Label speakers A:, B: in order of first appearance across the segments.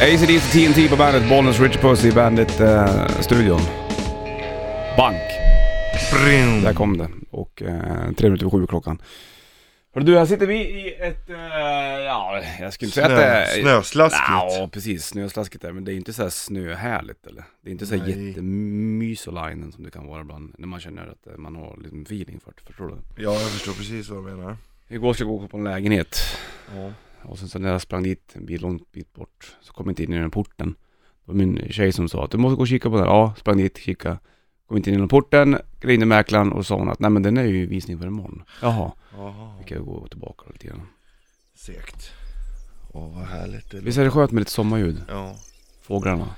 A: ACDC TNT på bandet, Bollnäs Rich Puss i eh, bandet-studion. Bank, Mm. där kom det. Och eh, tre minuter över sju klockan. Hörru du, här sitter vi i ett, eh, ja jag skulle inte säga att det
B: Snö,
A: är...
B: snöslaskigt.
A: Ja, precis. Snöslaskigt där. Men det är inte så här snöhärligt eller? Det är inte så här
B: Nej.
A: jättemysolinen som det kan vara ibland. När man känner att eh, man har lite feeling för det. Förstår du?
B: Ja, jag förstår precis vad du menar.
A: Igår skulle jag gå på en lägenhet.
B: Ja.
A: Och sen så när jag sprang dit en bit, långt bit bort. Så kom jag inte in i den porten. Det var min tjej som sa att du måste gå och kika på den. här." Ja, sprang dit, kika. Kom inte in genom porten, ringde mäklaren och sa hon att nej men den är ju visning för imorgon. Jaha,
B: Jaha.
A: fick jag gå tillbaka lite grann.
B: Segt. Åh, vad härligt det
A: Visst är det skönt med lite sommarljud?
B: Ja.
A: Fåglarna.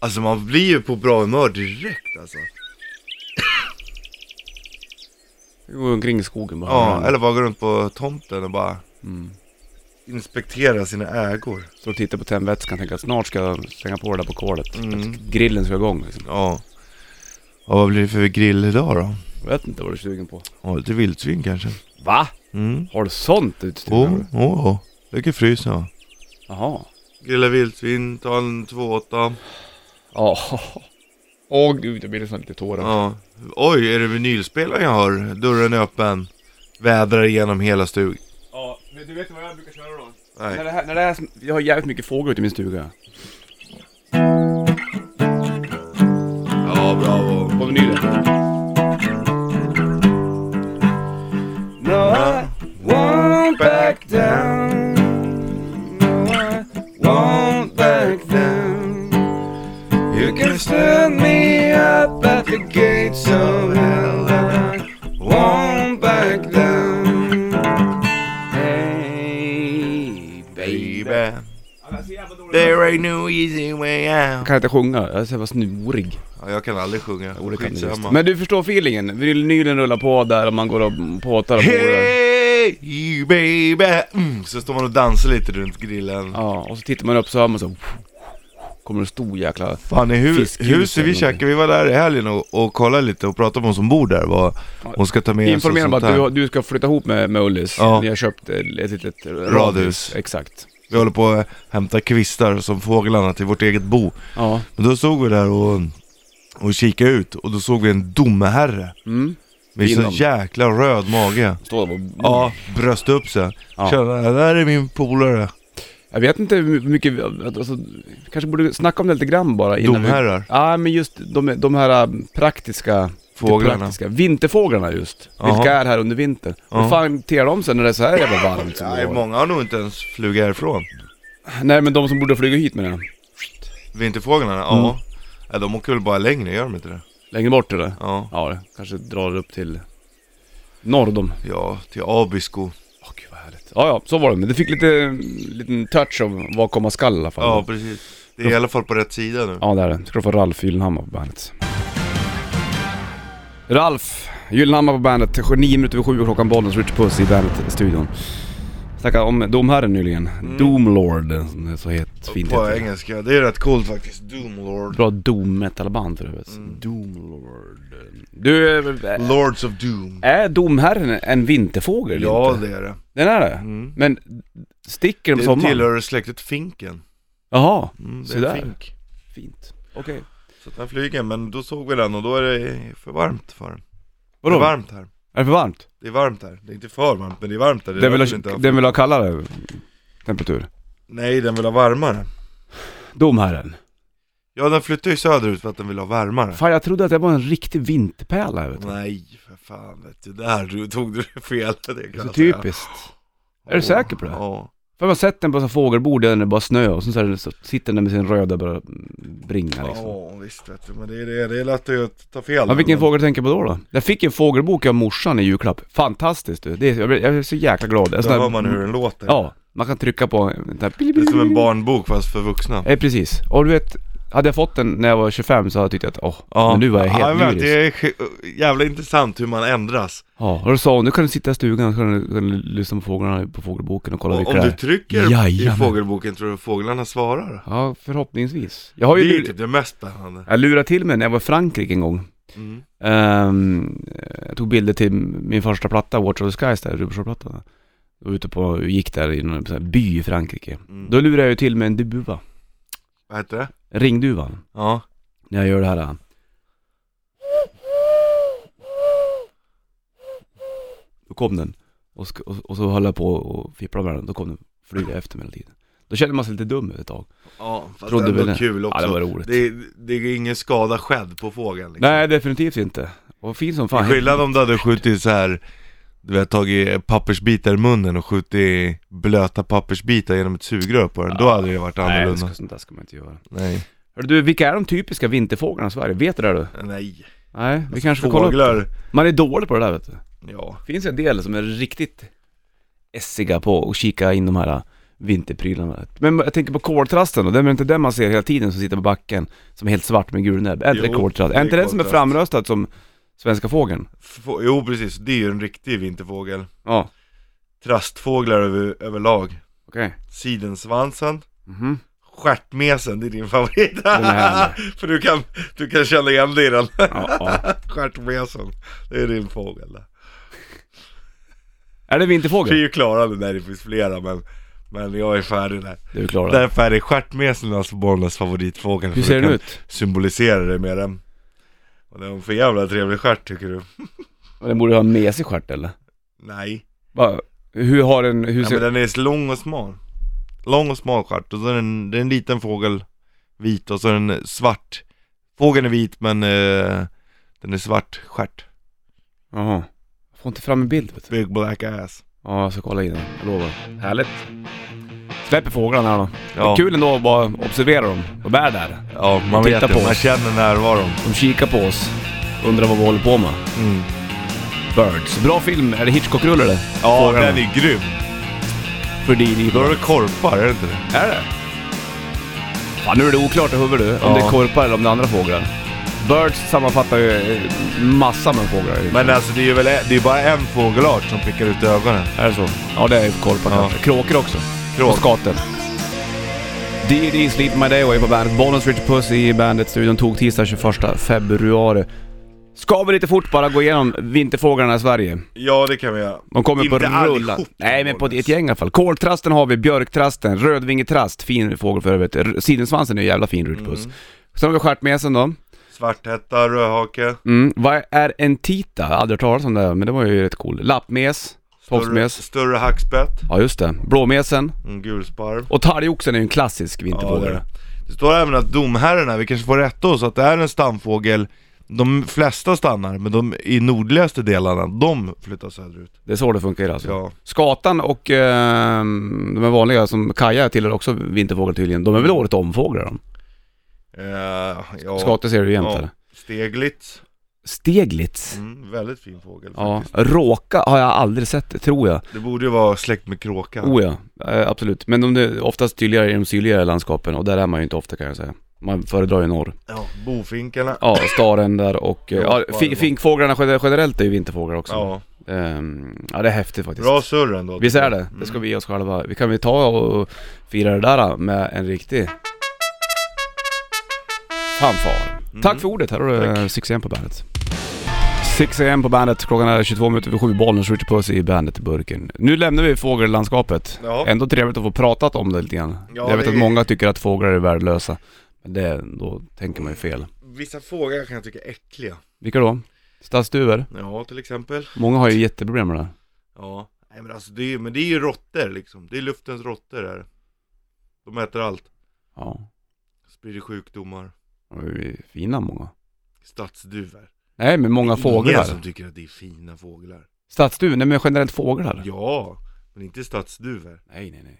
B: Alltså man blir ju på bra humör direkt alltså.
A: Jag går omkring i skogen bara.
B: Ja, eller bara gå runt på tomten och bara
A: Mm.
B: inspektera sina ägor.
A: Står och tittar på tändvätskan och tänker att snart ska jag slänga på det där på kolet.
B: Mm.
A: Grillen ska igång liksom.
B: Ja. Och vad blir det för grill idag då?
A: Jag vet inte vad du är sugen på.
B: Ja, lite vildsvin kanske.
A: Va?
B: Mm.
A: Har du sånt utstyr?
B: Åh, oh, åh, oh. Lägg i frysen. ja.
A: Jaha.
B: Grilla vildsvin, ta en 2,8.
A: Ja. Åh gud, jag blir nästan lite tårar.
B: Ja. Oj, är det vinylspelaren jag har? Dörren är öppen. Vädrar igenom hela stugan.
A: Ja, men du vet vad jag brukar köra då? När
B: Nej.
A: det här, när det här, jag har jävligt mycket fåglar ute i min stuga.
B: Ja, bravo.
A: På vinylen. No, I won't back down. No, I won't back down. You can stand me up at the gates of hell. I won't back down. Hey, baby.
B: Baby, there ain't no easy way
A: Jag
B: out.
A: kan inte sjunga, jag är så jävla snorig.
B: Ja, jag kan aldrig sjunga.
A: Jo, det kan du visst.
B: Skitsamma.
A: Men du förstår feelingen, vinylen rullar på där och man går och påtar och hey!
B: Hey you baby! Mm, så står man och dansar lite runt grillen.
A: Ja, och så tittar man upp så hör man så Kommer en stor jäkla...
B: Fan i hus,
A: Fiskljus
B: huset
A: eller
B: vi käkade, vi var där i helgen och, och kollade lite och pratade med hon som bor där vad hon ska ta med sig och
A: Informera om
B: sånt
A: att
B: här.
A: du, du ska flytta ihop med, med Ullis.
B: Ja.
A: Ni har köpt eh, ett litet radhus. Exakt.
B: Vi håller på att hämta kvistar som fåglarna till vårt eget bo.
A: Ja.
B: Men då stod vi där och, och kikade ut och då såg vi en domeherre
A: Mm.
B: med så
A: Innan.
B: jäkla röd mage.
A: Står där på...
B: Ja, bröst upp sig.
A: Ja.
B: Kände, det där är min polare.
A: Jag vet inte hur mycket, vi- alltså, kanske borde snacka om det lite grann bara innan vi...
B: Domherrar,
A: Ja, men just de, de här eh, praktiska...
B: fåglarna.
A: Praktiska. Vinterfåglarna just.
B: Jaha.
A: Vilka är här under vintern? Hur
B: Ja.
A: fan beter de sig när det är så här jävla varmt som det
B: Nej,
A: var?
B: många har nog inte ens flugit härifrån.
A: Nej men de som borde flyga hit med den.
B: Vinterfåglarna, ja.
A: Mm.
B: ja. De åker väl bara längre, gör de inte det?
A: Längre bort eller?
B: Ja.
A: Ja, det kanske drar upp till norr de.
B: Ja, till Abisko.
A: Åh gud vad härligt. Ja, ja, så var det. Men det fick lite, liten touch av vad komma skall i alla fall.
B: Ja, precis. Det är i alla fall på rätt sida nu.
A: Ja, det är det. Ska du få Ralf Gyllenhammar på bandet. Ralf Gyllenhammar på bandet. Nio minuter över sju klockan bollen, Rich Puss i bandet-studion. Snackade om domherren nyligen. Doomlord, som det så het, fint
B: Mm. på
A: heter.
B: engelska, det är rätt coolt faktiskt. Doomlord.
A: Bra doom metalband för övrigt.
B: Mm.
A: Doomlord. Du, eh,
B: Lords of Doom.
A: är domherren en vinterfågel? eller
B: Ja,
A: inte?
B: det är det.
A: Den är det?
B: Mm.
A: Men sticker den på
B: Det
A: sommaren?
B: tillhör släktet finken.
A: Jaha,
B: Mm, det
A: Så
B: är
A: där.
B: en fink.
A: fint. Okej.
B: Så att den flyger, men då såg vi den och då är det för varmt för den. Det
A: Vadå?
B: är varmt här.
A: Är det för varmt?
B: Det är varmt här. Det är inte för varmt, men det är varmt här. Det är
A: Den vill,
B: därför det inte
A: ha,
B: har-
A: den vill ha kallare temperatur.
B: Nej, den vill ha varmare.
A: Domherren.
B: Ja, den flyttar ju söderut för att den vill ha varmare.
A: Fan jag trodde att det var en riktig vinterpärla. vet du.
B: Nej, för fan vet du. Där du- tog du fel. Det kan
A: Så
B: jag säga.
A: typiskt. Är du säker på det?
B: Ja.
A: För jag har sett den på så här fågelbord där det är bara snö och sen så, är det, så sitter den där med sin röda bara bringa
B: Ja,
A: liksom.
B: visst vet du. Men det är, det, det är lätt att ta fel.
A: Ja, vilken
B: Men-
A: fågel tänker jag på då, då? Jag fick en fågelbok av morsan i julklapp. Fantastiskt du. Det är, jag, blev, jag blev så jäkla glad. En
B: Då
A: sån här-
B: hör man hur den låter.
A: Ja, man kan trycka på den där...
B: Alltså, Det är som en barnbok fast för vuxna.
A: Eh, precis. Och du vet, hade jag fått den när jag var 25 så hade jag tyckt att åh, men nu var jag helt
B: ja, men
A: lyrisk.
B: Det är sk- jävla intressant hur man ändras.
A: Ja, och då sa hon, nu kan du sitta i stugan och så kan du, kan du lyssna på fåglarna på fågelboken och kolla
B: Och
A: vilka
B: om
A: det
B: du
A: är.
B: trycker
A: Jajamän.
B: i fågelboken tror du fåglarna svarar?
A: Ja, förhoppningsvis. Jag har
B: Det är
A: ju
B: ju
A: lur...
B: typ det mest spännande.
A: jag lurade till mig när jag var i Frankrike en gång.
B: Mm.
A: Ehm, jag tog bilder till min första platta, Watch of the Skies, där, Rubershow-plattan. Jag var ute på, gick där i någon sån här by i Frankrike.
B: Mm.
A: Då lurade jag ju till med en duva.
B: Vad heter det?
A: Ringduvan.
B: Ja.
A: När jag gör det här. Då kom den. Och, sk- och, och så höll jag på och fipplade med den. Då kom den flyga efter mig hela tiden. Då kände man sig lite dum ett tag.
B: Ja, fast
A: Trodde
B: ändå
A: väl det.
B: kul också.
A: Ja, det var roligt.
B: det, det är ingen skada skedd på fågeln liksom.
A: Nej, definitivt inte. Och fin som
B: Det är
A: fan.
B: skillnad om du hade skjutit så här. du vet tagit pappersbitar i munnen och skjutit blöta pappersbitar genom ett sugrör på den. Då hade det varit
A: Nej, det
B: annorlunda.
A: ska, sånt där ska man inte göra.
B: Nej.
A: Hörru du, vilka är de typiska vinterfåglarna i Sverige? Vet du det du?
B: Nej.
A: Nej, vi kanske får kolla upp.
B: Fåglar,
A: Man är dålig på det där vet du.
B: ja.
A: finns en del som är riktigt essiga på att kika in de här äh, vinterprylarna. Men jag tänker på koltrasten då, det är väl inte den man ser hela tiden som sitter på backen, som är helt svart med gul näbb. Är inte det
B: Jo,
A: koltrast?
B: det är
A: Är inte den som är
B: koltrast.
A: framröstad som svenska fågeln?
B: Få- Jo precis, det är ju en riktig vinterfågel.
A: Ja,
B: Trastfåglar över, överlag.
A: okej.
B: Sidensvansen.
A: Mhm.
B: Stjärtmesen, det är din favorit.
A: är härlig.
B: För du kan, du kan känna igen dig i den.
A: Ja, ja.
B: Stjärtmesen, det är din fågel. där.
A: Är det
B: Vi är
A: vinterfågel?
B: ju klara nu när det finns flera men, men jag är färdig där.
A: Du är klar där.
B: Därför är det stjärtmesen alltså Bollnäs favoritfågel.
A: Hur
B: för
A: ser
B: du
A: den
B: kan
A: ut?
B: Symbolisera det med den. Och det är en för jävla trevlig stjärt tycker du?
A: Den borde ha en mesig stjärt eller?
B: Nej.
A: Va? Hur har den, hur
B: Ja, men
A: ser...
B: den är så lång och smal. Lång och smal stjärt och så är den, det är en liten fågel, vit och så är den svart. Fågeln är vit men eh, den är svart stjärt.
A: Jaha. Jag får inte fram en bild vet du.
B: Big black ass.
A: Ja, jag ska kolla in den, jag lovar. Härligt. Släpper fåglarna här då.
B: Ja,
A: Kul ändå att bara observera dem. De är där.
B: ja man
A: Titta
B: vet
A: på
B: det, man
A: oss.
B: känner närvaron.
A: De kikar på oss, undrar vad vi håller på med.
B: Mm.
A: Birds. Bra film, är det Hitchcock-rulle det?
B: Ja,
A: Fåglarna.
B: den är grym.
A: För det är
B: Då är det korpar, är det inte det?
A: Är det? Fan, nu är det oklart i huvudet du, om
B: Ja.
A: det är korpar eller om det är andra fåglar. Birds sammanfattar ju eh, massa med fåglar.
B: Men alltså det är ju väl det är bara en fågelart som prickar ut ögonen.
A: Är det så? Ja, det är korpar
B: Ja.
A: kanske. Kråkor också. Och
B: Kråk.
A: skater. D.D. Sleep My Day Away på bandet. Bonus Richard Puss i bandet-studion tog tisdag 21 februari. Ska vi lite fort bara gå igenom vinterfåglarna i Sverige?
B: Ja det kan vi göra.
A: De kommer på
B: Inte
A: rulla.
B: allihop,
A: Nej men på ett
B: Bollnäs.
A: gäng i alla fall. Koltrasten har vi, björktrasten, rödvingetrast, fin fågel för övrigt. R- Sidensvansen är ju jävla fin rutbuss. Sen har vi stjärtmesen då.
B: Svarthätta, rödhake,
A: Mm. Vad är en tita? Aldrig hört talas om det, men det var ju rätt cool. Lappmes,
B: större,
A: tofsmes.
B: större hackspett,
A: Ja just det. Blåmesen.
B: mm, gulsparv.
A: Och talgoxen är ju en klassisk
B: Ja,
A: vinterfågel.
B: det. det står även att domherrarna, vi kanske får rätta oss, att det är en stamfågel de flesta stannar, men de i nordligaste delarna, de flyttar söderut.
A: det är så det funkar alltså.
B: Ja.
A: Skatan och ehm, de här vanliga som kaja tillhör också vinterfågel tydligen. De är väl året om-fåglar de?
B: Eh, ja.
A: Skate ser du jämt
B: Ja.
A: eller?
B: Steglitz,
A: Steglitz.
B: mm, väldigt fin fågel
A: Ja,
B: faktiskt.
A: råka har jag aldrig sett, tror jag.
B: Det borde ju vara släkt med kråkan.
A: Oh ja, eh, absolut. Men de är oftast tydligare i de sydligare landskapen och där är man ju inte ofta kan jag säga. Man föredrar ju norr.
B: Ja, bofinkarna.
A: Ja, staren där och eh, ja, fi- finkfåglarna gener- generellt är ju vinterfåglar också. Ja.
B: Ja,
A: ja, det är häftigt faktiskt.
B: bra surr ändå.
A: Visst är det? Det ska vi ge oss själva. Vi kan vi ta och fira det där eh, med en riktig fanfar.
B: Mm.
A: Tack för ordet, här har du eh, 6 AM på bandet. 6 AM på bandet, klockan är 22 minuter över 7, bollen skjuter på sig i bandet i burken. Nu lämnar vi fågellandskapet.
B: Ja.
A: Ändå trevligt att få pratat om det lite grann.
B: Ja,
A: Jag vet
B: det
A: att
B: är-
A: många tycker att fåglar är värdelösa. Men det, då tänker man ju fel.
B: Vissa fåglar kan jag tycka är äckliga.
A: Vilka då? Stadsduvor?
B: Ja, till exempel.
A: Många har ju jätteproblem med det.
B: Ja. Nej men alltså det är ju, men det är ju råttor liksom. Det är luftens råttor där. De äter allt.
A: Ja,
B: Sprider sjukdomar.
A: de är ju fina många.
B: Stadsduvor.
A: Nej men många
B: Ingen
A: fåglar.
B: som tycker att det är fina fåglar.
A: Stadsduvor, nej men generellt fåglar.
B: Ja, men inte stadsduvor.
A: Nej nej nej.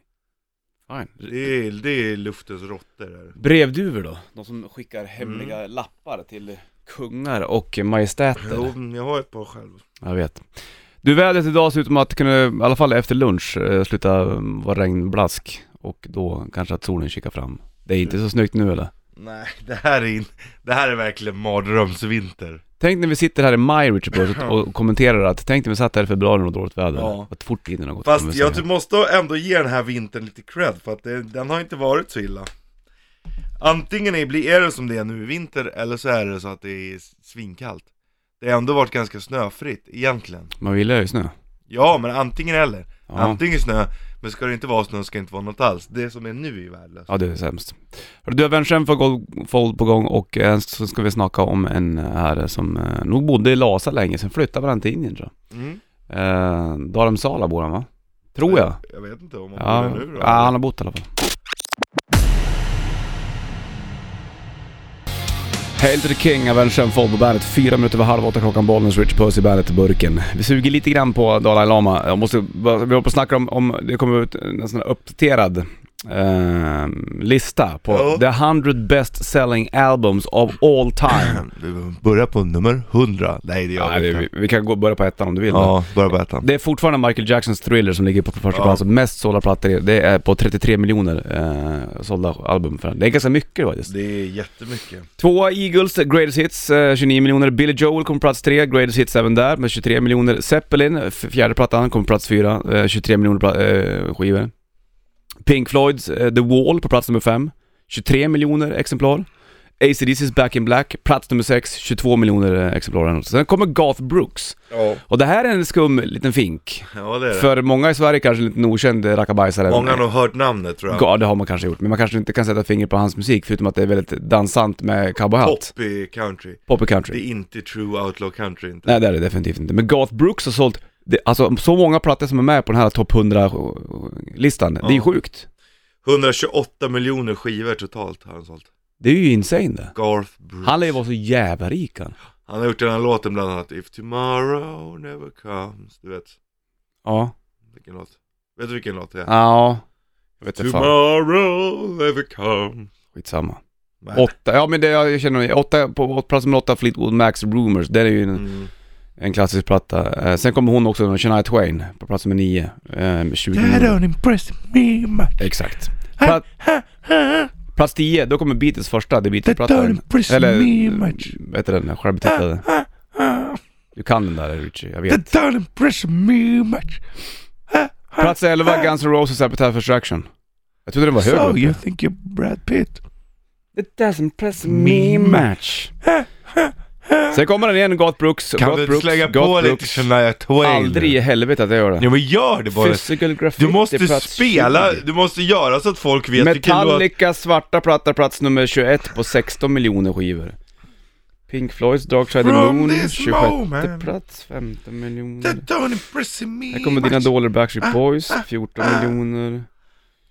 A: Fine.
B: Det är, det är luftens råttor där.
A: Brevduvor då? De som
B: Mm.
A: skickar hemliga lappar till kungar och majestäter.
B: Jo, men jag har ett par själv.
A: Jag vet. Du, vädret idag ser ut som att kunna, i alla fall efter lunch, eh, sluta mm, vara regnblask och då kanske att solen kikar fram. Det är inte så snyggt nu eller?
B: Nej, det här är, in, det här är verkligen mardrömsvinter.
A: Tänk när vi sitter här i maj Richard Buss och- och kommenterar att, tänk när vi satt här i februari och dåligt väder.
B: Ja.
A: Vad fort tiden har gått. kan man
B: Fast
A: säga.
B: jag typ måste ändå ge den här vintern lite cred för att det, den har inte varit så illa Antingen är, blir- är det som det är nu i vinter eller så är det så att det är svinkallt Det har ändå varit ganska snöfritt egentligen
A: Man vill ju snö.
B: Ja men antingen eller
A: Ja,
B: Antingen snö, men ska det inte vara snö ska det inte vara något alls Det som är nu är värdelöst
A: ja det är sämst. Hörru, Du har Värmsjön för golfboll på gång och eh, så ska vi snacka om en herre som eh, nog bodde i Lasa länge, sen flyttade han till Indien tror jag.
B: mm.
A: Eh, Dharamsala bor han va? Tror jag.
B: Jag vet inte om man
A: Ja,
B: bor där nu då
A: ja han har bott i alla fall. Hail to the King av Världens Fall på bandet. Fyra minuter över halv åtta klockan, Bollnäs, Rich Puss i bandet i burken. Vi suger lite grann på Dalai Lama. Jag måste, bara- vi håller på att snacka om, om det kommer ut en sån här uppdaterad eh, lista på
B: Ja.
A: the 100 best selling albums of all time.
B: Vi börjar på nummer 100 Nej det gör
A: ja,
B: vi
A: det,
B: inte
A: vi, vi kan gå, börja på ettan om du vill. då.
B: Ja, börja på ettan
A: Det är fortfarande Michael Jacksons Thriller som ligger på första
B: Ja.
A: plats. Mest sålda plattor, det är på 33 miljoner eh, sålda album för den. Det är ganska mycket faktiskt.
B: Det är jättemycket
A: Tvåa Eagles, Greatest Hits, eh, 29 miljoner. Billy Joel kom på plats tre, Greatest Hits även där med 23 miljoner. Zeppelin, f- fjärde plattan, kom på plats fyra, eh, 23 miljoner pla- eh, skivor. Pink Floyds eh, The Wall på plats nummer fem, 23 miljoner exemplar. ACDC's Back in Black, plats nummer sex, 22 miljoner eh, exemplar. Sen kommer Garth Brooks.
B: Ja,
A: Och det här är en skum liten fink.
B: ja det är det
A: För många i Sverige kanske en liten okänd rackabajsare.
B: Många har nog hört namnet tror jag
A: Ja, det har man kanske gjort, men man kanske inte kan sätta fingret på hans musik förutom att det är väldigt dansant med cowboyhatt.
B: Poppy country
A: Poppy
B: Det
A: country.
B: är inte true outlaw country inte
A: Nej, det är det definitivt inte. Men Garth Brooks har sålt, det, alltså så många plattor som är med på den här topp 100-listan. Det är ju
B: Ja.
A: sjukt.
B: 128 miljoner skivor totalt har han sålt
A: Det är ju insane det.
B: Garth Brooks
A: Han lär ju vara så jävla rik han.
B: Han har gjort den här låten bland annat If tomorrow never comes Du vet
A: Ja.
B: vilken låt Vet du vilken låt det är?
A: Ja. Jag vet inte fan.
B: tomorrow never comes
A: Skitsamma.
B: Nej.
A: Åtta, ja men det jag känner, åtta, på plats nummer åtta Fleetwood Max Rumors, det är ju en
B: Mm.
A: En klassisk platta. Eh, sen kommer hon också, Shania Twain, på plats nummer 9. Eh, med 20
B: That
A: miljoner.
B: don't impress me much
A: Exakt. Pla- plats 10, då kommer Beatles första
B: That don't
A: debutplatta.
B: impress
A: Eller,
B: me Ah. much
A: vad heter den, självbetitlade? Du kan den där Richie, jag vet.
B: That don't impress me much
A: Plats 11, Guns N' Roses Appetite for Destruction. Jag trodde den var
B: So
A: högre
B: you
A: uppe.
B: think you're Brad Pitt
A: It doesn't impress me much. Sen kommer den igen, Garth Brooks.
B: Kan
A: Garth
B: du inte
A: Brooks,
B: slänga
A: Garth
B: på lite
A: Brooks.
B: Shania Twain?
A: Aldrig i helvete att jag gör det.
B: Ja men gör det bara!
A: Physical Graffiti
B: Du måste
A: plats
B: spela,
A: 20.
B: du måste göra så att folk vet vilken låt...
A: Metallica svarta platta plats nummer 21 på 16 miljoner skivor. Pink Floyds Dark Side of the
B: From
A: Moon,
B: this
A: 26
B: moment.
A: plats, 15 miljoner.
B: That don't impress me
A: Här kommer dina
B: much.
A: dåliga Backstreet Boys, 14
B: ah.
A: miljoner.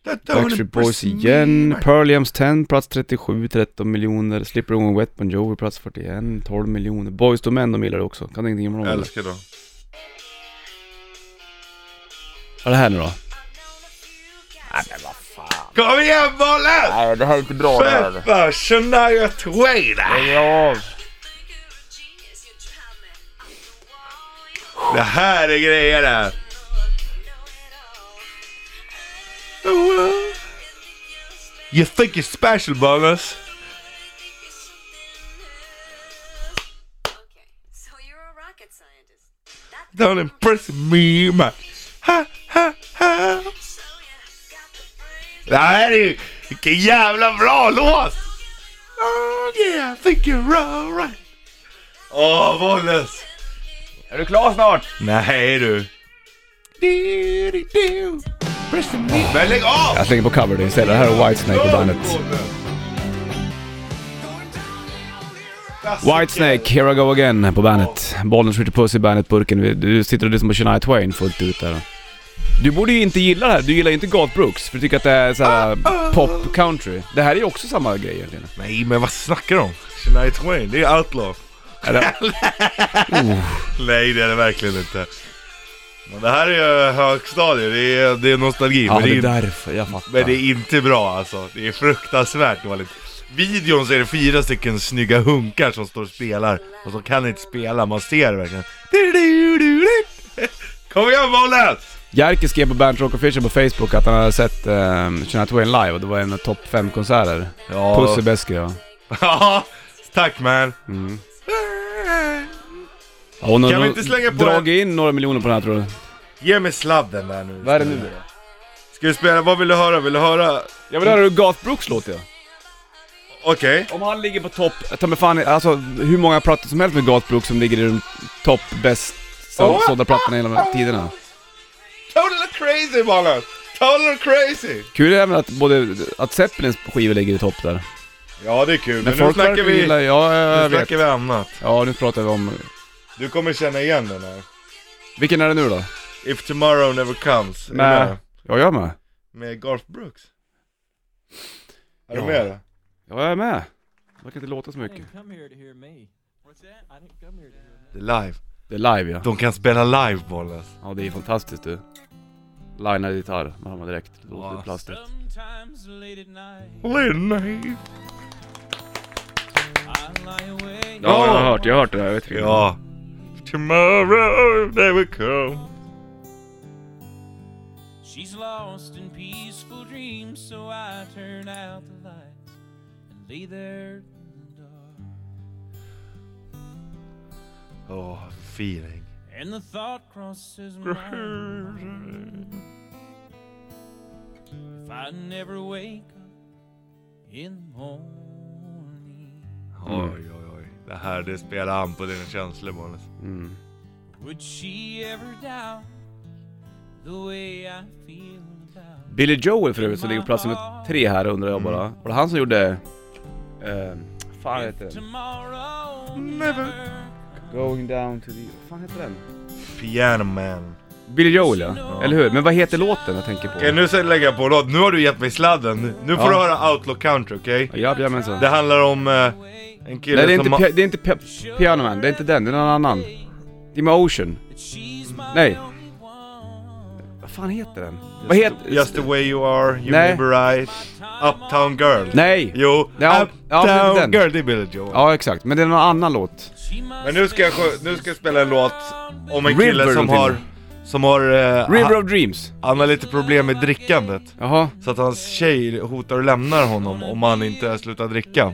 B: That don't
A: Backstreet Boys
B: impress me
A: igen.
B: much.
A: Pearl Jams 10, plats 37, 13 miljoner. Slippery When Wet Bon Jovi, plats 41, 12 miljoner. Boys to Men, de gillar det också. Kan ingenting om dem.
B: Jag
A: Vad
B: älskar dem.
A: är det här nu då?
B: Kom igen bollen!
A: Nej, det här är inte bra
B: Peppa Shania Twain!
A: av.
B: Det här är grejer det! här. You think you're special bonus? Don't impress me much. Ha, ha, ha. Det här är ju... Vilken jävla bra låt! Oh yeah, I think you're alright. Åh, Bollnäs!
A: Är du klar snart?
B: Nej du. Du-di-du. Press the me- Men lägg av!
A: Jag slänger på cover det istället. Det här är Whitesnake på bandet. Whitesnake, Here I Go Again på bandet. Bollen skjuter puss i bandet-burken. Vi- Du sitter och lyssnar på Shania Twain fullt ut där. Du borde ju inte gilla det här. Du gillar ju inte Garth Brooks, för du tycker att det är såhär
B: Ah,
A: pop country. Det här är ju också samma grej egentligen.
B: Nej men vad snackar du om? Shania Twain, det är outlaw.
A: Är det?
B: Nej det är det verkligen inte. Men det här är ju högstadie, det är, det är nostalgi.
A: Ja,
B: men,
A: det
B: det
A: är
B: är,
A: därför. Jag fattar.
B: men det är inte bra alltså. Det är fruktansvärt dåligt. Videon så är det fyra stycken snygga hunkar som står och spelar. Och som kan inte spela, man ser det verkligen. Du-du-du-du-du. Kom igen bollen!
A: Jerker skrev på Bernt Rock Fisher på Facebook att han hade sett um, Shania Twain live och det var en av topp 5-konserter.
B: Ja.
A: Puss är bäst skrev han.
B: Ja, tack man.
A: Mm. Ja, hon har
B: Kan vi
A: nog
B: inte slänga på
A: dragit in några miljoner på den här tror du?
B: Ge mig sladden där nu.
A: Vad är det nu då?
B: Ska vi spela, vad vill du höra? Vill du höra?
A: Jag vill höra hur Garth Brooks låter.
B: Okej.
A: Om han ligger på topp, ta mig fan alltså hur många plattor som helst med Garth Brooks som ligger i de topp bäst så- sålda plattorna genom tiderna.
B: crazy mannen! Total crazy!
A: Kul är även att både, att Zeppelins skivor ligger i topp där.
B: Ja det är kul, men,
A: Men
B: nu
A: folk
B: snackar
A: verkar
B: vi,
A: gilla, ja jag
B: nu
A: vet.
B: snackar vi annat.
A: Ja nu pratar vi om,
B: Du kommer känna igen den här.
A: vilken är det nu då?
B: If tomorrow never comes. Är du
A: Med,
B: med?
A: ja jag är med.
B: Med Garth Brooks. Är
A: Ja.
B: du med? då?
A: Ja jag är med. Det verkar inte låta så
C: I
A: mycket.
C: didn't come here to hear me. What's that? I didn't come here to hear me.
B: Det är live.
A: Det är live ja.
B: De kan spela live bollen.
A: Ja det är fantastiskt du. Linad gitarr, man hör man direkt. Det låter
B: Ja.
A: plastigt.
C: Sometimes late at night,
B: Linn.
C: I lie awake.
A: Ja jag har hört, jag har hört det där, jag vet inte.
B: Ja. Tomorrow never come.
C: She's lost in peaceful dreams, so I turn out the lights and lay there in the dark.
B: Åh, feeling.
C: And the thought crosses my mind if I never wake up in the morning,
B: Oj, oj, oj. Det här, det spelar an på dina känslor Månes.
A: Mm.
C: would she ever doubt the way I feel about?
A: Billy Joel för övrigt som ligger på plats nummer tre här undrar jag bara. Var det han som gjorde... Eh, fan heter den?
C: Tomorrow
B: Never.
C: never
A: Going down to the... Vad fan heter den?
B: Piano man.
A: Billy Joel ja. eller hur? Men vad heter låten jag tänker på?
B: Okej, nu ska jag lägga på en låt. Nu har du gett mig sladden. Nu- Nu får
A: Ja.
B: du höra Outlaw Country, okej?
A: Ja, Jajamensan.
B: Det handlar om eh, en kille
A: Nej det är
B: som...
A: inte,
B: har-
A: pia- det är inte pia- Piano Man, det är inte den, det är någon annan. Det är med Ocean. Nej. Vad fan heter den? Vad heter...
B: Just the way you are, you
A: Nej.
B: may be right. Uptown girl.
A: Nej!
B: Jo,
A: Ja, ja,
B: Uptown
A: men den.
B: girl, det är Billy Joel.
A: Ja exakt, men det är någon annan låt.
B: Men nu ska, jag, sjö- nu ska jag spela en låt om en
A: River
B: kille som
A: någonting.
B: har, som har, eh,
A: River
B: ha,
A: of Dreams.
B: han har lite problem med drickandet.
A: Jaha.
B: Så att hans tjej hotar och lämnar honom om han inte slutar dricka.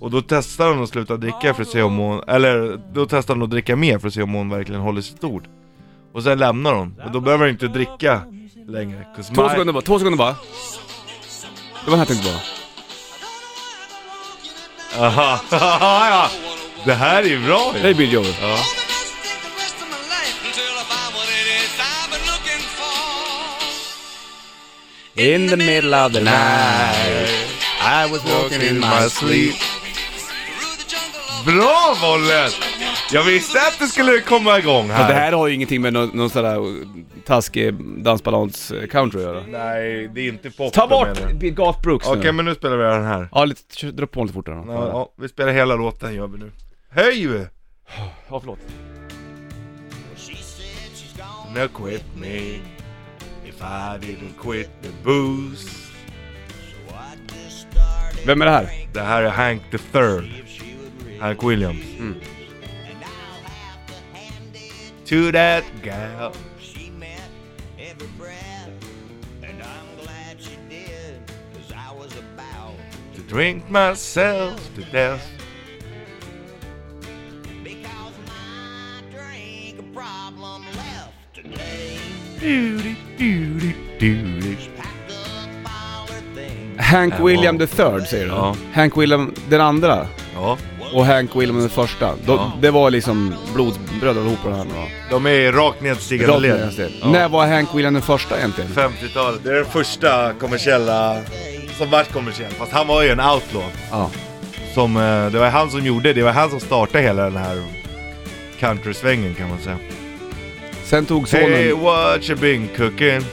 B: Och då testar han att sluta dricka för att se om hon, eller då testar han att dricka mer för att se om hon verkligen håller sitt ord. Och sen lämnar hon, och då behöver han inte dricka längre. 'cause
A: Två
B: my-
A: sekunder bara, två sekunder bara. Det var den jag tänkte på.
B: Aha, ja. Det här är bra
A: Det är
B: ju!
A: Billy Joel.
B: Ja.
A: In the middle of the night.
B: I was walking in my sleep Bra bollen! Jag visste att det skulle komma igång
A: Fast
B: här.
A: det här har ju ingenting med någon, någon sån där eh, taskig dansbalans-country att göra.
B: Nej, det är inte pop.
A: Ta
B: jag
A: bort
B: menar.
A: Garth Brooks
B: Okej,
A: nu.
B: men nu spelar vi den här.
A: Ja, lite, kör- dra på lite fortare då.
B: Ja, ja, vi spelar hela låten gör vi nu. Höj!
A: ja, förlåt.
B: Now quit me If I didn't quit the booze
A: Vem är det här?
B: Det här är Hank the third. Hank Williams.
A: Hmm.
B: To that gal.
D: She met every breath, and I'm glad she did, 'cause I was about
B: To drink myself to death.
D: because my drink problem left today.
B: Doody, doody, doody.
D: Packed up all her things.
A: Hank
B: Ja.
A: William the third säger du?
B: Ja.
A: Hank William den andra
B: Ja,
A: och Hank William den första. De,
B: Ja.
A: Det var liksom blodsbröder allihopa det här nu va?
B: de är rakt nedstigande
A: Rakt ner
B: led.
A: ens det.
B: Ja.
A: När var Hank William den första egentligen?
B: 50-talet, det är den första kommersiella som vart kommersiell. Fast han var ju en outlaw.
A: Ja.
B: Som, eh, det var han som gjorde, det var han som startade hela den här countrysvängen kan man säga.
A: Sen tog sonen...
B: Hey what you been cooking?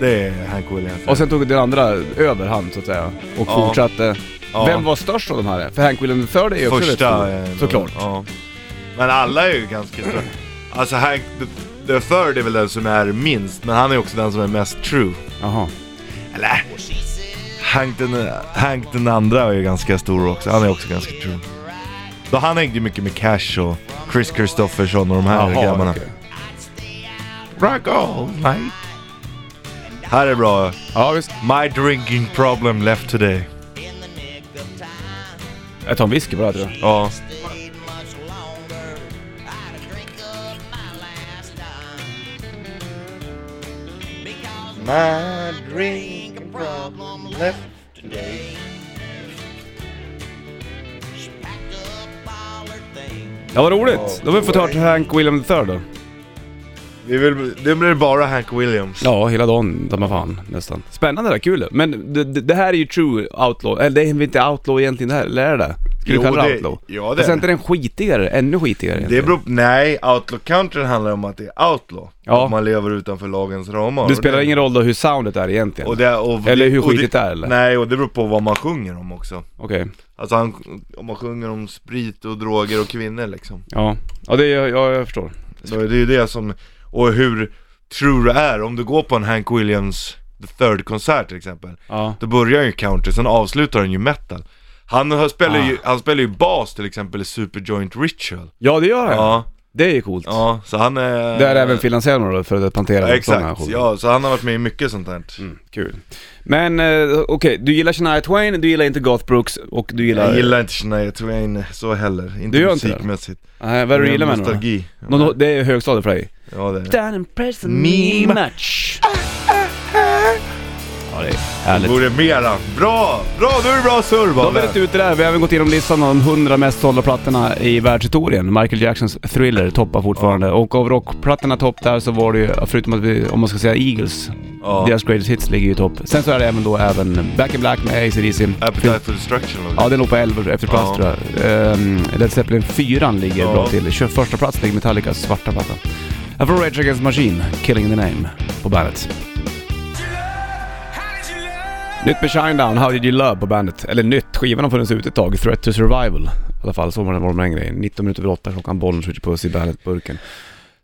B: Det är Hank Williams.
A: Och sen tog den andra över han så att säga och
B: Ja.
A: fortsatte.
B: Ja.
A: Vem var störst av de här? För Hank William III är ju också
B: Första...
A: rätt
B: eh,
A: stor, såklart.
B: Ja. Men alla är ju ganska stora. Alltså Hank the, the third är väl den som är minst, men han är också den som är mest true.
A: Jaha.
B: Eller? Hank den, Hank den andra är ju ganska stor också, han är också ganska true. Då han hängde ju mycket med Cash och Chris Kristofferson och de här grabbarna.
A: okej.
B: Rock all night. Här är bra.
A: Ja visst.
B: My drinking problem left today.
D: In the nick of time,
A: Jag tar en whisky bara tror jag.
B: Ja.
D: stayed much longer. I'd a drink up my last dime. Because
B: My
D: drinking problem left today. She packed up all her things.
A: Ja vad roligt. Då har vi fått höra Hank William III då.
B: Det är väl, nu blir det bara Hank Williams.
A: Ja, hela dagen, ta mig fan nästan. Spännande där, kul Men det, det, det här är ju true outlaw, eller det är väl inte outlaw egentligen det här, eller är det det? Skulle
B: Jo,
A: du kalla det
B: det-
A: outlaw?
B: ja, det
A: Fast
B: är
A: är inte den skitigare, ännu skitigare
B: Det
A: egentligen?
B: beror, nej, outlaw country handlar om att det är outlaw.
A: Ja.
B: Att man lever utanför lagens ramar.
A: Det
B: Och
A: spelar ingen roll då hur soundet är egentligen?
B: och det, och,
A: Eller hur
B: och
A: skitigt det är, eller?
B: Nej, och det beror på vad man sjunger om också.
A: Okej,
B: Alltså han, om man sjunger om sprit och droger och kvinnor liksom.
A: ja. Ja, det, jag, jag, jag förstår.
B: Då är det ju det som, och hur true det är. Om du går på en Hank Williams The Third konsert till exempel.
A: Ja.
B: Då börjar ju country, sen avslutar den ju metal. Han har- spelar,
A: Ah.
B: ju, han spelar ju bas till exempel i Superjoint Ritual.
A: Ja, det gör han.
B: Ja,
A: Det är ju coolt.
B: ja, så han är...
A: Det är även Phil Anselmo då, för att plantera
B: Ja,
A: sådana
B: Exakt,
A: skivor.
B: ja, så han har varit med i mycket sånt här.
A: Mm, kul. Men eh, okej, du gillar Shania Twain, du gillar inte Garth Brooks och du gillar...
B: Jag gillar inte Shania Twain så heller, inte
A: Du gör inte det?
B: musikmässigt.
A: Nej, Ah, vad är det du gillar med henne då?
B: Nostalgi.
A: Nå- nå- Det är högstadiet för dig?
B: Ja, det är det.
A: Down impress
B: Me
A: much. Ja, det är
B: Det
A: härligt.
B: Vore mera. Bra! Bra, nu är det bra surr
A: Då har vi
B: Babben.
A: rätt ut det där. Vi har även gått igenom listan av de 100 mest sålda plattorna i världshistorien. Michael Jacksons Thriller toppar fortfarande. Och av rockplattorna topp där så var det ju, förutom att vi, om man ska säga Eagles,
B: Ja.
A: deras greatest hits ligger ju i topp. Sen så är det även då även Back in Black med AC/DC.
B: Appetite for destruction var det.
A: Ja, den låg på 11 efter plats
B: Ja.
A: tror jag. Ehm, Led Zeppelin 4 ligger
B: Ja.
A: bra till. 21 plats ligger Metallicas svarta platta. Här får Rage Against the Machine, Killing the Name, på bandet. Nytt med Shinedown, How Did You Love på bandet. Eller nytt, skivan har funnits ute ett tag. Threat to Survival. I alla fall så var det var med den grejen. 19 minuter över 8 klockan, bollen skjuter puss i bandet-burken.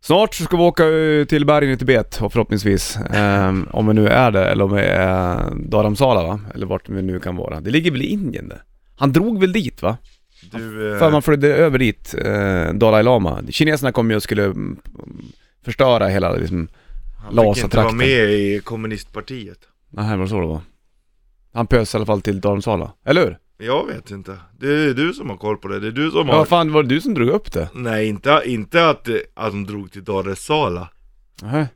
A: Snart så ska vi åka eh, till bergen i Tibet och förhoppningsvis, ehm, om vi nu är det, eller om vi är Dharamsala va? Eller vart vi nu kan vara. Det ligger väl i Indien det? Han drog väl dit va?
B: Du, eh,
A: För man flydde över dit, eh, Dalai Lama. Kineserna kom ju och skulle mm, förstöra hela liksom...
B: han fick inte vara
A: Lhasa-trakten.
B: med i kommunistpartiet.
A: Nej, var det så det var? Han pös i alla fall till Dharamsala, eller hur?
B: Jag vet inte. Det är du som har koll på det, det är du som
A: Ja,
B: har...
A: vad fan var det du som drog upp det?
B: Nej, inte, inte att, att de drog till Dar es Salaam.
A: Nähä.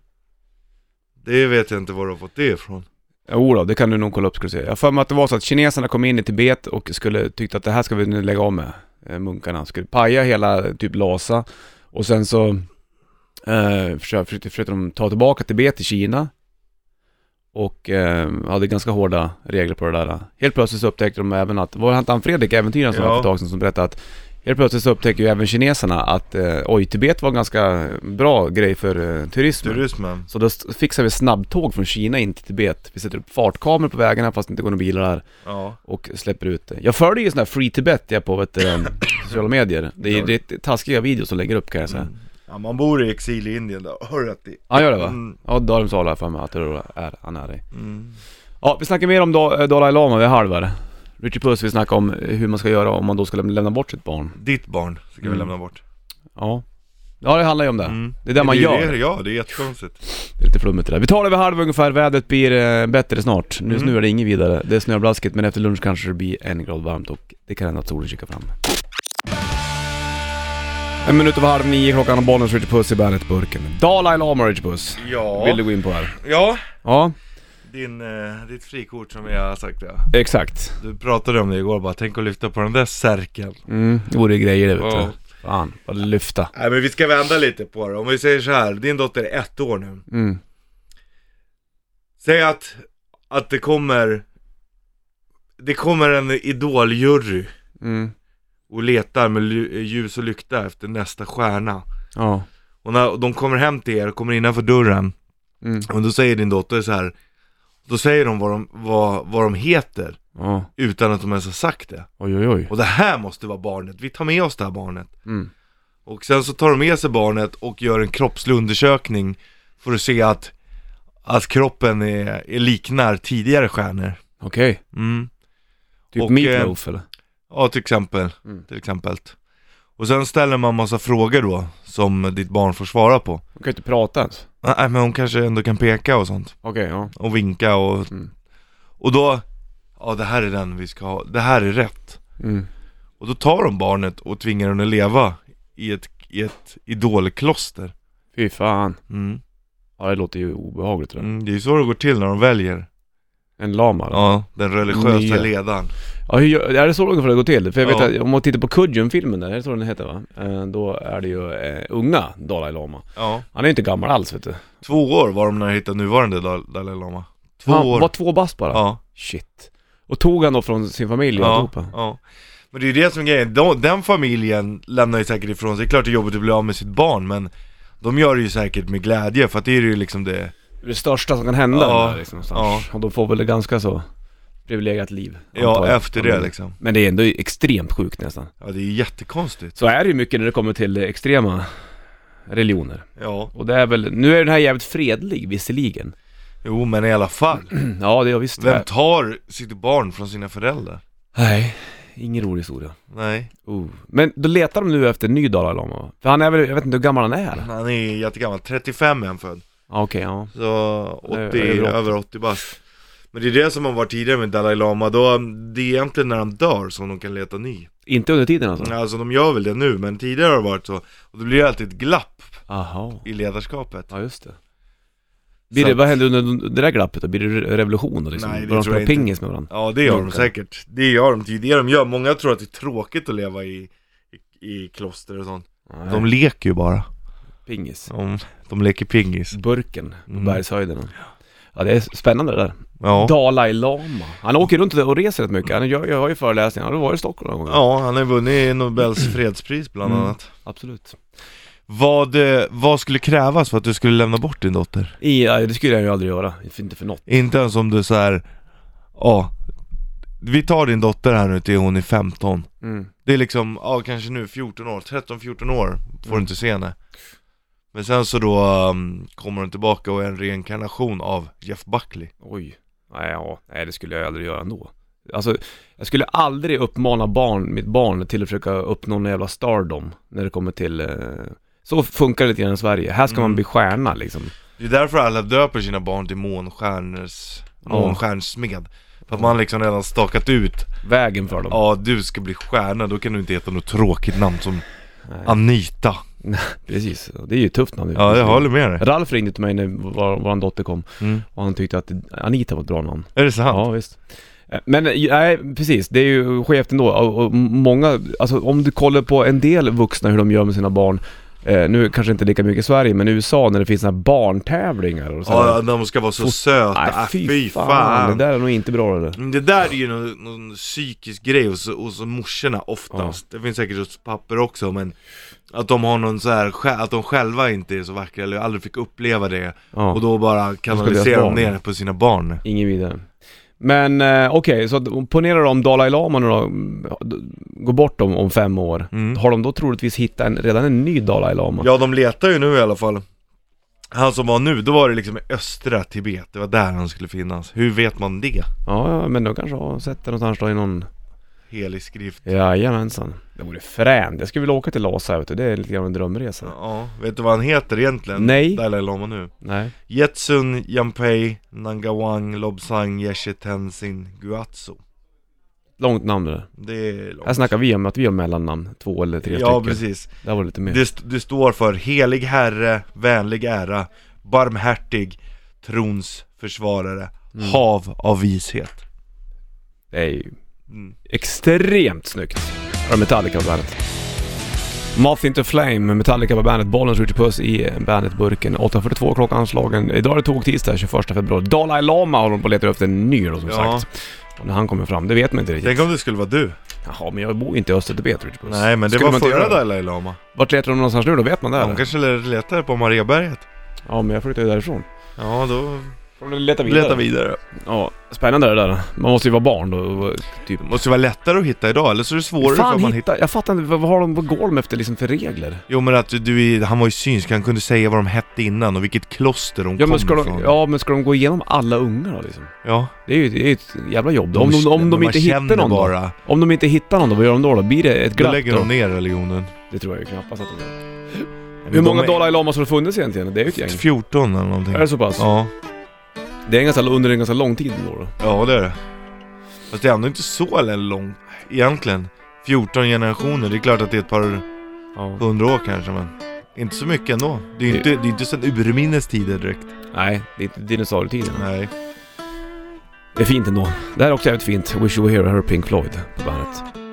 B: Det vet jag inte var du har fått det ifrån.
A: Jo då, det kan du nog kolla upp skulle jag säga. Jag har för mig att det var så att kineserna kom in i Tibet och skulle tyckte att det här ska vi nu lägga av med, eh, munkarna. Skulle paja hela typ Lhasa och sen så eh, försökte, försökte, försökte de ta tillbaka Tibet till Kina och eh, hade ganska hårda regler på det där. Helt plötsligt så upptäckte de även att, var det inte han Fredrik, äventyraren som
B: Ja.
A: var för ett tag sedan som berättade att Helt plötsligt så upptäcker ju även kineserna att eh, oj, Tibet var en ganska bra grej för eh, turismen.
B: Turismen.
A: Så då st- fixar vi snabbtåg från Kina in till Tibet. Vi sätter upp fartkameror på vägarna fast det inte går några bilar här
B: Ja.
A: och släpper ut det. Jag följer ju sådana här Free Tibet jag på vet, du, um, sociala medier. Det är, det är taskiga videos som lägger upp kan jag
B: Mm.
A: säga.
B: ja, man bor i exil i Indien då, har du rätt i.
A: Han gör det va?
B: Mm.
A: Ja, Darim Sala har jag för mig att det då är, han är det. Ja, vi snackar mer om Da- Dalai Lama vid halv här. Richie Puss vill snacka om eh, hur man ska göra om man då ska lämna- lämna bort sitt barn.
B: Ditt barn ska vi lämna bort.
A: Ja. Ja, det handlar ju om det.
B: Mm.
A: Mm. Det är det man
B: ju
A: gör.
B: det- ja, det är jättekonstigt.
A: Det är lite flummigt det där. Vi tar det vid halv ungefär, vädret blir eh, bättre snart.
B: Mm.
A: Nu snurrar det inget vidare. Det är snöblaskigt men efter lunch kanske det blir en grad varmt och det kan hända att solen kikar fram. En minut över halv nio klockan och Bollnäs Ritchie Puss i Bandet-burken. Dalai Lama Ritchie Puss.
B: Ja,
A: Vill du gå in på här?
B: ja.
A: Ja,
B: Din, eh, ditt frikort som jag har sagt ja.
A: exakt.
B: Du pratade om det igår bara, tänk att lyfta på den där särken.
A: Mm, det vore ju grejer det vet
B: Ja.
A: du. Fan, vad lyfta.
B: Nej men vi ska vända lite på det. Om vi säger så här, din dotter är ett år nu.
A: Mm.
B: Säg att, att det kommer, det kommer en idoljury
A: Mm.
B: och letar med lu- ljus och lykta efter nästa stjärna.
A: Ja.
B: Och när de kommer hem till er, och kommer innanför dörren
A: Mm.
B: och då säger din dotter så här. Då säger de vad de, vad, vad de heter
A: Ja.
B: utan att de ens har sagt det.
A: Oj oj oj.
B: Och det här måste vara barnet, vi tar med oss det här barnet.
A: Mm.
B: Och sen så tar de med sig barnet och gör en kroppslig undersökning för att se att, att kroppen är, är liknar tidigare stjärnor.
A: Okej.
B: Mm.
A: Typ
B: Och, eh,
A: Meatloaf eller?
B: Ja, till exempel.
A: Mm.
B: Till exempel. Och sen ställer man massa frågor då, som ditt barn får svara på.
A: Hon kan ju inte prata ens.
B: Nej, men hon kanske ändå kan peka och sånt.
A: Okej, ja.
B: Och vinka och...
A: Mm.
B: Och då, ja det här är den vi ska ha, det här är rätt.
A: Mm.
B: Och då tar de barnet och tvingar henne att leva i ett, i ett idolkloster.
A: Fy fan.
B: Mm.
A: Ja, det låter ju obehagligt det där.
B: Mm, det är ju så det går till när de väljer.
A: En lama då.
B: Ja, den religiösa
A: Nya.
B: ledaren.
A: Ja, hur, gör- är det så långt för det går till? För jag vet
B: Ja.
A: att om man tittar på Kujun-filmen där, är det så den heter va? Eh, Då är det ju eh, unga Dalai Lama.
B: Ja.
A: Han är ju inte gammal alls vet du.
B: Två år var de när jag hittade nuvarande Dal- Dalai Lama. Två
A: han
B: år.
A: var två bast bara.
B: Ja.
A: Shit. Och tog han då från sin familj
B: Ja,
A: alltihopa?
B: ja. Men det är ju det som är grejen, de, den familjen lämnar ju säkert ifrån sig, det är klart det är jobbigt att bli av med sitt barn men de gör det ju säkert med glädje för att det är ju liksom det,
A: Det största som kan hända
B: Ja.
A: där, liksom, någonstans. Och de får väl ett ganska så privilegierat liv. antar
B: ja
A: jag.
B: efter det liksom.
A: Men det är ändå extremt sjukt nästan.
B: Ja det är ju jättekonstigt.
A: Så är det ju mycket när det kommer till extrema religioner.
B: Ja,
A: Och det är väl, nu är den här jävligt fredlig visserligen.
B: jo men i alla fall.
A: Ja, det är visst.
B: Vem tar sitt barn från sina föräldrar?
A: Nej, ingen rolig historia.
B: Nej,
A: Oh. Men då letar de nu efter en ny Dalai Lama va? För han är väl, jag vet inte hur gammal han är? Ja
B: han är jättegammal, 35 är han född.
A: okej, ja.
B: Så
A: Det är
B: 80,
A: över 80.
B: över 80 bast. Men det är det som har varit tidigare med Dalai Lama, då, det är egentligen när han dör som de kan leta ny.
A: Inte under tiden alltså?
B: Alltså de gör väl det nu, men tidigare har det varit så. Och det blir ju alltid ett glapp
A: Aha.
B: i ledarskapet.
A: Ja just det. Blir det,
B: att-
A: vad händer under det där glappet då? Blir det revolution då liksom?
B: Nej, det
A: Börjar de
B: tror jag
A: spela
B: inte.
A: pingis med varandra?
B: Ja det gör de
A: Munkar.
B: säkert. Det gör de, det är det de gör. Många tror att det är tråkigt att leva i, i, i kloster och sånt.
A: Nej.
B: De leker ju bara.
A: Pingis.
B: De, de leker pingis.
A: Burken på
B: Mm.
A: bergshöjderna. Ja det är spännande det där.
B: Ja.
A: Dalai Lama. Han åker runt och reser rätt mycket. Han gör, jag har ju föreläsningar. Han har varit i Stockholm någon gång.
B: Ja, han har ju vunnit Nobels fredspris bland
A: Mm.
B: annat.
A: Absolut.
B: Vad, eh, vad skulle krävas för att du skulle lämna bort din dotter?
A: I, ja, det skulle jag ju aldrig göra. Inte för något.
B: Inte ens om du så här, ja, vi tar din dotter här nu till hon är 15.
A: Mm.
B: Det är liksom, ja kanske nu 14 år, 13-14 år får
A: Mm.
B: du inte se henne Men sen så då um, kommer hon tillbaka och är en reinkarnation av Jeff Buckley
A: Oj. Nej, ja. Nej, det skulle jag aldrig göra ändå. Alltså, jag skulle aldrig uppmana barn, mitt barn till att försöka uppnå någon jävla stardom när det kommer till... Eh, så funkar det lite grann i Sverige. Här ska man
B: Mm.
A: bli stjärna liksom.
B: Det är därför alla döper sina barn till månstjärners, månstjärnsmed För att man liksom redan stakat ut,
A: Vägen för dem.
B: ja du ska bli stjärna, då kan du inte heta något tråkigt namn som
A: Nej.
B: Anita
A: Precis. Det är ju tufft namn.
B: Ja jag håller med dig
A: Ralf ringde till mig när vår, vår dotter kom
B: mm.
A: och han tyckte att Anita var ett bra namn.
B: Är det sant?
A: Ja, visst. Eh, Men eh, nej, precis, det är ju skevt ändå. Och, och många, alltså om du kollar på en del vuxna hur de gör med sina barn, eh, nu kanske inte lika mycket i Sverige, men i USA när det finns såna här barntävlingar och sådär.
B: Ja, de ska vara så söta, Ah, Äh,
A: nej, fy, fan. Det där är nog inte bra det där.
B: Men Det där är ju någon, någon psykisk grej hos, hos morsorna oftast. Det finns säkert hos papper också men att de har någon så här, sj- att de själva inte är så vackra eller aldrig fick uppleva det
A: Ja,
B: och då bara
A: deras
B: kanaliserar de
A: barn.
B: ner det på sina barn.
A: ingen vidare. Men eh, okej, så att, ponera om Dalai Lama nu då, mm, går bort om, om fem år.
B: Mm.
A: Har de då troligtvis hittat en, redan en ny Dalai Lama?
B: Ja de letar ju nu i alla fall. Han som var nu, då var det liksom i östra Tibet, det var där han skulle finnas. Hur vet man det?
A: Ja, ja, men de kanske har sett det någonstans då i någon
B: Helig skrift.
A: Jajamensan. Det vore fränt. Jag skulle vilja åka till Lhasa vet du. Det är lite grann en drömresa.
B: Ja, vet du vad han heter egentligen?
A: Nej.
B: Dalai Lama nu.
A: Nej.
B: Jetsun Jampei Nangawang Lobsang Yeshe Tenzin Guatso.
A: Långt namn det där.
B: Det är långt.
A: Här snackar vi om att vi har mellannamn. Två eller tre
B: Ja
A: stycken.
B: precis,
A: Där var det lite mer.
B: det, st- det står för Helig Herre, Vänlig Ära, Barmhärtig, Trons Försvarare,
A: Mm.
B: Hav av Vishet
A: Det är ju
B: Mm.
A: extremt snyggt. Här har Metallica på bandet. Moth Into Flame, Metallica på bandet, bollen skjuter puss i bandetburken. 8.42 klockan slagen. Idag är det tog tisdag 21 februari. Dalai Lama håller de på att leta efter en ny då som
B: Ja.
A: sagt. Och när han kommer fram, det vet man inte riktigt.
B: Tänk om det skulle vara du?
A: Jaha, men jag bor ju inte i Östertibet Richard Puss.
B: Nej men det
A: Skulle man
B: var
A: inte
B: förra
A: göra det?
B: Dalai Lama
A: Vart letar de någonstans nu då? Vet man det?
B: De
A: eller?
B: kanske le- letar på Mariaberget
A: Ja, men jag flyttade ju därifrån.
B: Ja då
A: Får du leta
B: letar vidare
A: Ja, spännande det där. Man måste ju vara barn då. och Typ.
B: Det måste ju vara lättare att hitta idag, eller så är det svårare för att
A: Fan
B: man hittar
A: hitta, jag fattar inte, vad, vad har de, vad går de efter liksom för regler?
B: Jo men att du, är- han var ju synsk, han kunde säga vad de hette innan och vilket kloster de
A: Ja
B: kom
A: men, ska de,
B: ifrån
A: ja men ska de gå igenom alla ungar då liksom?
B: ja.
A: Det är ju det är ju ett jävla jobb då. Om de, om
B: Men
A: de
B: man
A: inte hittar
B: känner
A: någon då?
B: bara,
A: Om de inte hittar någon då, vad gör de då? då? Blir det ett
B: Då
A: glapp
B: lägger
A: då?
B: de ner religionen
A: Det tror jag ju knappast att de gör.
B: Men
A: Hur många
B: de är-
A: Dalai Lamas har det funnits egentligen? Det är ju ett gäng.
B: 14 eller någonting
A: Är det så pass?
B: Ja,
A: Det är en ganska, under en ganska lång tid ändå då.
B: ja det är det. Fast det är ändå inte så långt egentligen. 14 generationer, det är klart att det är ett par
A: Ja.
B: hundra år kanske men inte så mycket ändå. Det är ju inte, det är inte sedan urminnes tider direkt.
A: Nej, det är inte dinosaurietiden.
B: Nej.
A: Det är fint ändå. Det här är också jävligt fint. Wish You Were Here, här är Pink Floyd på bandet.